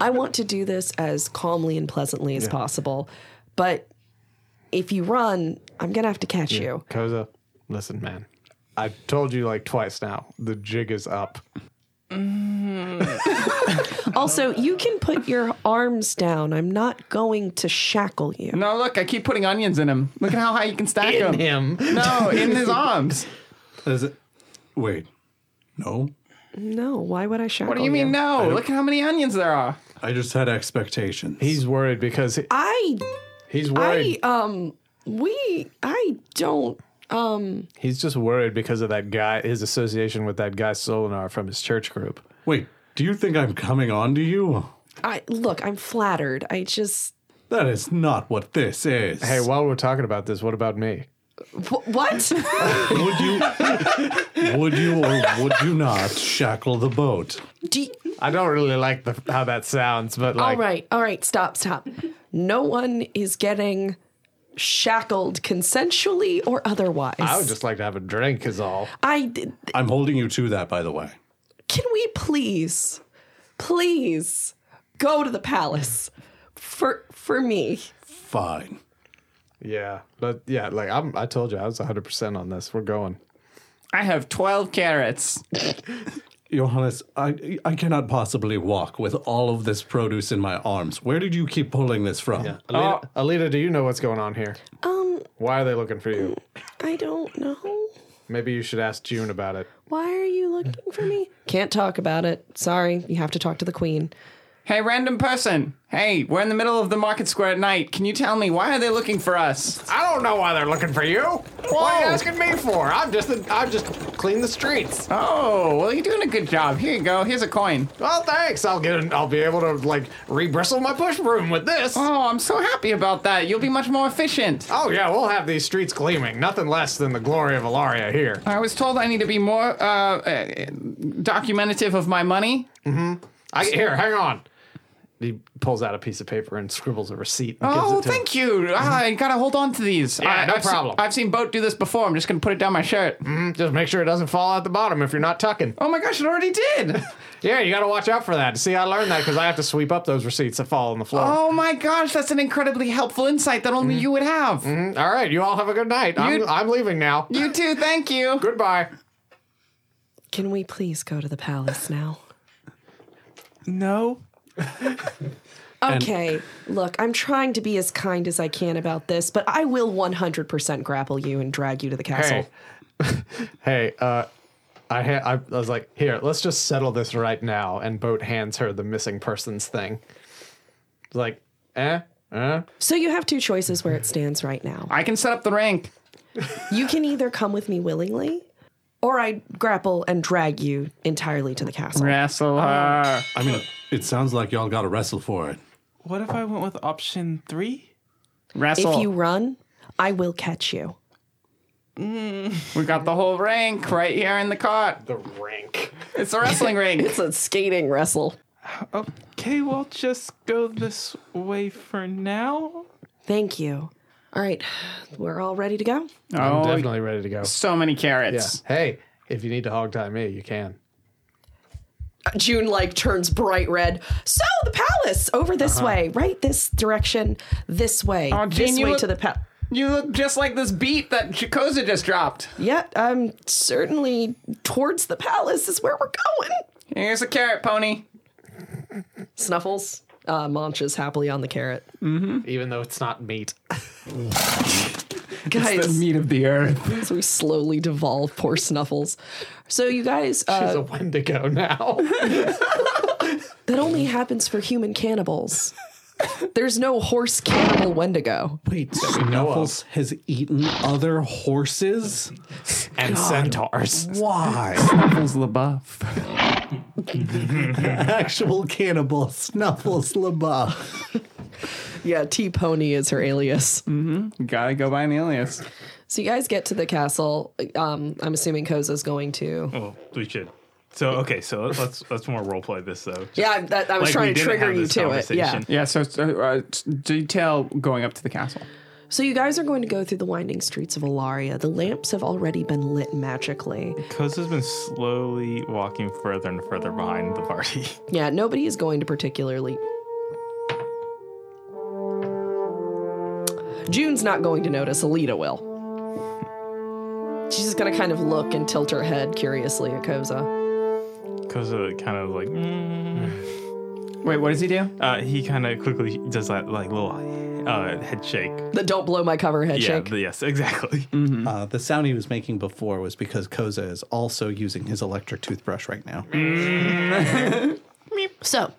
I want to do this as calmly and pleasantly as possible, but if you run, I'm gonna have to catch you. Koza, listen, man. I told you like twice now. The jig is up. Also, you can put your arms down. I'm not going to shackle you. No, look, I keep putting onions in him. Look at how high you can stack them. him. No, (laughs) in his arms. Is it? Wait. No. No, why would I shackle Oh, What do you mean no? Look at how many onions there are. I just had expectations. He's worried because he- I he's I worried. um we I don't um he's just worried because of that guy, his association with that guy Solinar from his church group. Wait. Do you think I'm coming on to you? I look, I'm flattered. I just That is not what this is. Hey, while we're talking about this, what about me? (laughs) wh- what? would you? would you or would you not shackle the boat? do you- I don't really like the, how that sounds, but all like, right, all right, stop, stop. No one is getting shackled consensually or otherwise. I would just like to have a drink, is all. I d- I'm holding you to that, by the way. can we please, please go to the palace for for me. Fine. Yeah, but yeah, like I'm. I told you I was 100 percent on this. We're going. I have 12 carrots. Johannes, I I cannot possibly walk with all of this produce in my arms. Where did you keep pulling this from? Alita, Alita, Uh, do you know what's going on here? Um, Why are they looking for you? I don't know. Maybe you should ask June about it. Why are you looking for me? Can't talk about it. Sorry, you have to talk to the queen. Hey, random person. Hey, we're in the middle of the market square at night. Can you tell me why are they looking for us? I don't know why they're looking for you. What are you asking me for? I'm just the, I'm just clean the streets. Oh, well, you're doing a good job. Here you go. Here's a coin. Well, thanks. I'll get. An, I'll be able to like rebristle my push broom with this. Oh, I'm so happy about that. You'll be much more efficient. Oh yeah, we'll have these streets gleaming. Nothing less than the glory of Alaria here. I was told I need to be more uh, uh, documentative of my money. I here, hang on. He pulls out a piece of paper and scribbles a receipt. And Oh, gives it to him. thank you. Ah, I gotta hold on to these. Yeah, I, no I've se- problem. I've seen Boat do this before. I'm just gonna put it down my shirt. Just make sure it doesn't fall out the bottom if you're not tucking. Oh my gosh, it already did. Yeah, you got to watch out for that. See, I learned that because I have to sweep up those receipts that fall on the floor. oh my gosh, that's an incredibly helpful insight that only you would have. All right, you all have a good night. I'm, You- I'm leaving now. You too, thank you. Goodbye. Can we please go to the palace (sighs) now? No. Okay, look, I'm trying to be as kind as I can about this, but I will 100% grapple you and drag you to the castle. Hey, hey, uh, I, ha- I I was like, here, let's just settle this right now. And Boat hands her the missing persons thing. Like, eh, eh. So you have two choices where it stands right now. I can set up the rank. You can either come with me willingly, or I grapple and drag you entirely to the castle. Wrestle her. I mean, it sounds like y'all got to wrestle for it. What if I went with option three? Wrestle. If you run, I will catch you. we got the whole rank right here in the cart. The rank. It's a wrestling (laughs) ring. It's a skating wrestle. Okay, we'll just go this way for now. Thank you. All right, we're all ready to go. I'm Oh, definitely ready to go. so many Yeah. carrots. Hey, if you need to hog tie me, you can. June like turns bright red. So the palace over this way, right this direction, this way, Oh, June, this you way look- to the palace. You look just like this beat that Chikoza just dropped. Yeah, I'm certainly towards the palace is where we're going. Here's a carrot pony. Snuffles uh, munches happily on the carrot. Even though it's not meat. (laughs) Guys, meat of the earth. so we slowly devolve poor Snuffles. So you guys, It's uh, a Wendigo now. that only happens for human cannibals. There's no horse cannibal Wendigo. Wait, Snuffles has eaten other horses? and centaurs. Why? Apples LaBeouf. (laughs) Actual cannibal Snuffles LaBeouf. Yeah, T Pony is her alias. Gotta go by an alias. So you guys get to the castle. Um, I'm assuming Koza's going to. Well, we should So okay, so let's let's more role play this though. Yeah, that, I was trying to Like, we didn't trigger have you this to it. Yeah. conversation. Yeah, so it's, uh, uh, it's detail going up to the castle. So you guys are going to go through the winding streets of Alaria. The lamps have already been lit magically. Coz has been slowly walking further and further behind the party. (laughs) Yeah, nobody is going to particularly. June's not going to notice. Alita will. She's just gonna kind of look and tilt her head curiously at Koza. Coz kind of like mm. Wait, what does he do? uh, he kind of quickly does that like little uh, head shake. The don't blow my cover head Yeah. shake. Mm. The, yes. (laughs) Exactly. Uh, the sound he was making before was because Koza is also using his electric toothbrush right now. So,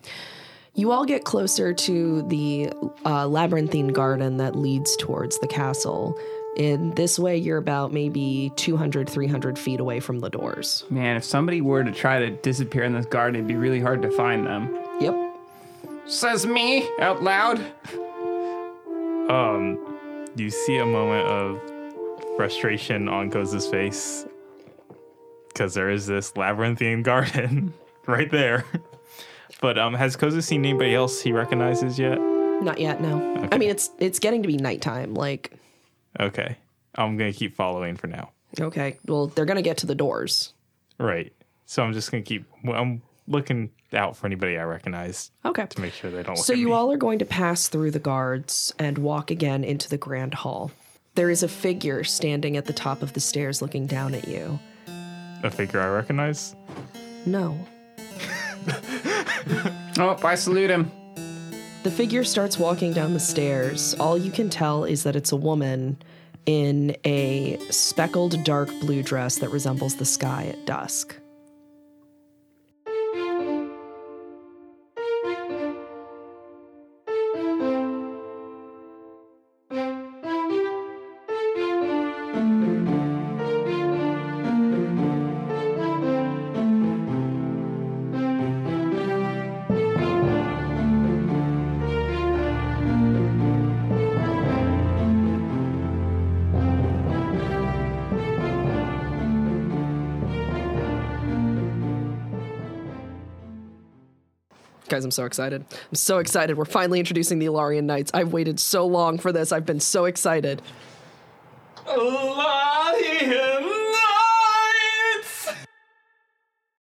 you all get closer to the uh, labyrinthine garden that leads towards the castle. In this way, you're about maybe 200, 300 feet away from the doors. Man, if somebody were to try to disappear in this garden, it'd be really hard to find them. Yep. Says me out loud. Um, you see a moment of frustration on Koz's face because there is this labyrinthine (laughs) garden right there. But um, has Koza seen anybody else he recognizes yet? Not yet, no. I mean, it's it's getting to be nighttime. Like, Okay, I'm gonna keep following for now. okay, well, they're gonna get to the doors. Right. So I'm just gonna keep. I'm looking out for anybody I recognize Okay. to make sure they don't. Look So at you me. all are going to pass through the guards and walk again into the grand hall. There is a figure standing at the top of the stairs looking down at you. a figure I recognize. No, Oh, I salute him. The figure starts walking down the stairs. All you can tell is that it's a woman in a speckled dark blue dress that resembles the sky at dusk. Guys, I'm so excited. I'm so excited. We're finally introducing the Ilarian Knights. I've waited so long for this. I've been so excited. Alarian